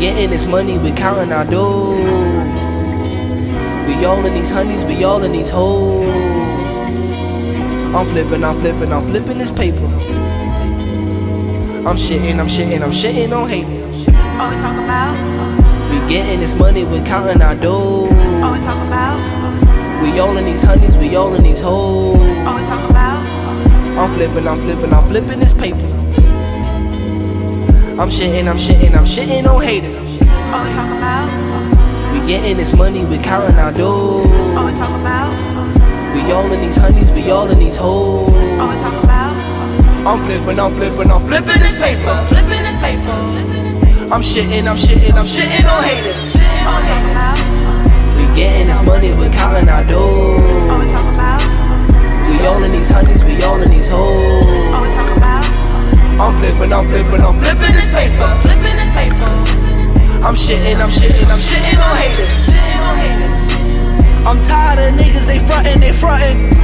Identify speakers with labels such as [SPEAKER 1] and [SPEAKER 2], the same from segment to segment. [SPEAKER 1] getting this money, we counting our dough. We all in these honeys, we all in these hoes. I'm flipping, I'm flipping, I'm flipping this paper. I'm shitting, I'm shitting, I'm shitting on haters.
[SPEAKER 2] All we talk about,
[SPEAKER 1] We getting this money, we counting our dough.
[SPEAKER 2] all we talk about,
[SPEAKER 1] We all in these honeys, we all in these hoes.
[SPEAKER 2] all we talk about,
[SPEAKER 1] I'm flipping, I'm flipping, I'm flipping this paper. I'm shitting, I'm shitting, I'm shitting on haters.
[SPEAKER 2] all we talk about,
[SPEAKER 1] We getting this money, we counting our dough.
[SPEAKER 2] all we talk about,
[SPEAKER 1] We all in these honeys, we all in these hoes.
[SPEAKER 2] all we talk about,
[SPEAKER 1] I'm flipping, I'm flipping, I'm flipping this paper. Flipping this paper. I'm shitting, I'm shitting, I'm shitting on haters.
[SPEAKER 2] all we talk about,
[SPEAKER 1] We getting this money, we counting our
[SPEAKER 2] all
[SPEAKER 1] dough.
[SPEAKER 2] we talk about,
[SPEAKER 1] We all in these honeys, we all in these hoes.
[SPEAKER 2] all we talk about,
[SPEAKER 1] I'm flipping, I'm flipping, I'm flipping this paper.
[SPEAKER 2] flipping this paper,
[SPEAKER 1] I'm shitting, I'm shitting, I'm shitting on haters.
[SPEAKER 2] shitting on haters,
[SPEAKER 1] I'm tired of niggas, they frontin', they frontin'.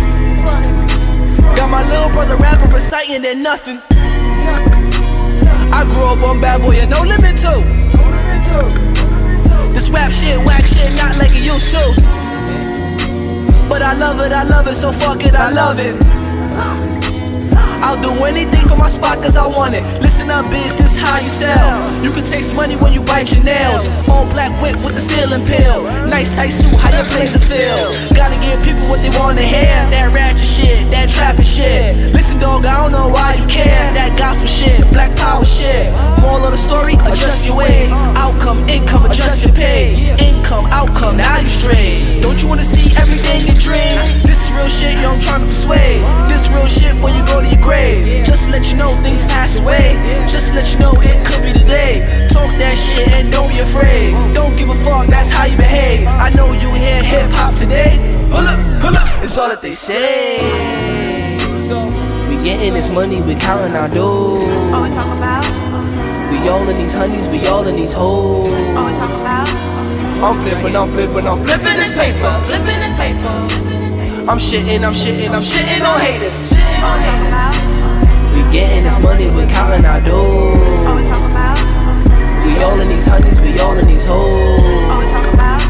[SPEAKER 1] Got my little brother rapping, reciting, and nothing. I grew up on bad boy and no limit too. This rap shit, whack shit, not like it used to. But I love it, I love it, so fuck it, I love it. I'll do anything for my spot cause I want it. Listen up, bitch, this how you sell. You can taste money when you bite your nails. All black whip with the ceiling pill. Nice tight suit, how your blazer feel. Gotta give people what they wanna hear. That ratchet shit, that trapping shit. Listen, dog, I don't know why you care. That gospel shit, black power shit. Moral of the story, adjust your ways. Outcome, income, adjust your pay. Income, outcome, now you straight. Don't you wanna see everything you dream? This is real shit, yo, I'm trying to persuade. This real shit when you go to your grave. Just let you know things pass away. Just let you know it could be today. Talk that shit and don't be afraid. Don't give a fuck, that's how you behave. I know you hear hip hop today. Pull up, pull up, it's all that they say. We getting this money, we counting our dough.
[SPEAKER 2] all we talk about,
[SPEAKER 1] We all in these honeys, we all in these hoes.
[SPEAKER 2] all we talk about,
[SPEAKER 1] I'm flipping, I'm flipping, I'm flipping this paper.
[SPEAKER 2] flipping this paper,
[SPEAKER 1] I'm shitting, I'm shitting, I'm shitting on haters.
[SPEAKER 2] all we talk about,
[SPEAKER 1] We getting this money, we counting our
[SPEAKER 2] all
[SPEAKER 1] dough.
[SPEAKER 2] we talk about,
[SPEAKER 1] We all in these honeys, we all in these hoes.
[SPEAKER 2] all we talk about,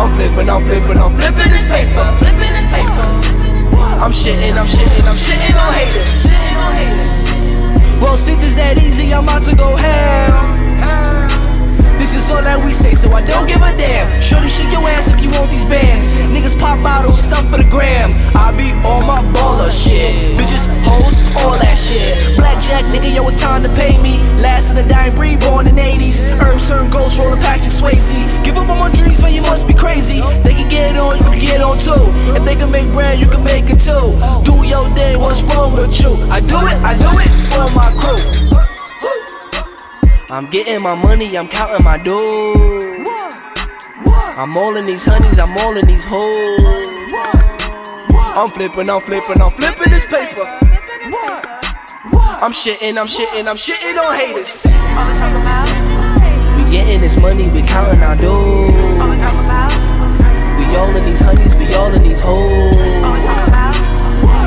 [SPEAKER 1] I'm flipping, I'm flipping, I'm flipping this paper.
[SPEAKER 2] flipping this paper,
[SPEAKER 1] I'm shitting, I'm shitting, I'm shitting on haters.
[SPEAKER 2] shitting on haters,
[SPEAKER 1] Well, since it's that easy, I'm about to go ham. This is all that we say, so I don't give a damn. Shorty, shake your ass if you want these bands. Niggas pop bottles, stuff for the gram. I be on my baller shit. Bitches, hoes, all that shit. Blackjack, nigga, yo, it's time to pay me. Last in the dime, reborn in 80s. Earn certain goals, rolling Patrick Swayze. Give up on my dreams, man, you must be crazy. They can get on, you can get on too. If they can make bread, you can make it too. Do your day, what's wrong with you? I do it, I do it for my crew. I'm getting my money, I'm counting my dough. I'm all in these honeys, I'm all in these hoes. I'm flipping, I'm flipping, I'm flipping this paper. I'm shitting, I'm shitting, I'm shitting on haters.
[SPEAKER 2] all we talk about,
[SPEAKER 1] We getting this money, we counting our dough.
[SPEAKER 2] all we talk about,
[SPEAKER 1] We all in these honeys, we all in these hoes.
[SPEAKER 2] all we talk about,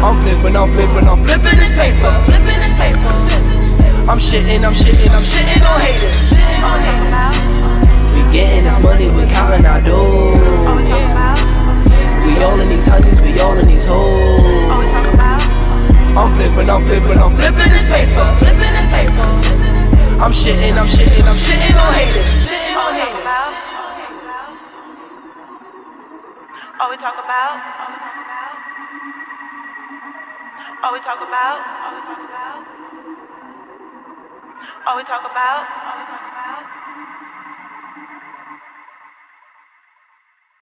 [SPEAKER 1] I'm flipping, I'm flipping, I'm flipping this paper.
[SPEAKER 2] flipping this paper,
[SPEAKER 1] I'm shitting, I'm shitting, I'm shitting on haters.
[SPEAKER 2] all we talk about.
[SPEAKER 1] We getting this money, we counting our dough.
[SPEAKER 2] All we talk about,
[SPEAKER 1] We all in these honeys, we all in these hoes.
[SPEAKER 2] all we talk about,
[SPEAKER 1] I'm flipping, I'm flipping, I'm flipping this paper.
[SPEAKER 2] flipping this paper,
[SPEAKER 1] I'm shitting, I'm shitting, I'm shitting on haters.
[SPEAKER 2] shitting on haters. All we talk about, all we talk about, all we talk about, all we talk about, all we talk about, all we talk about,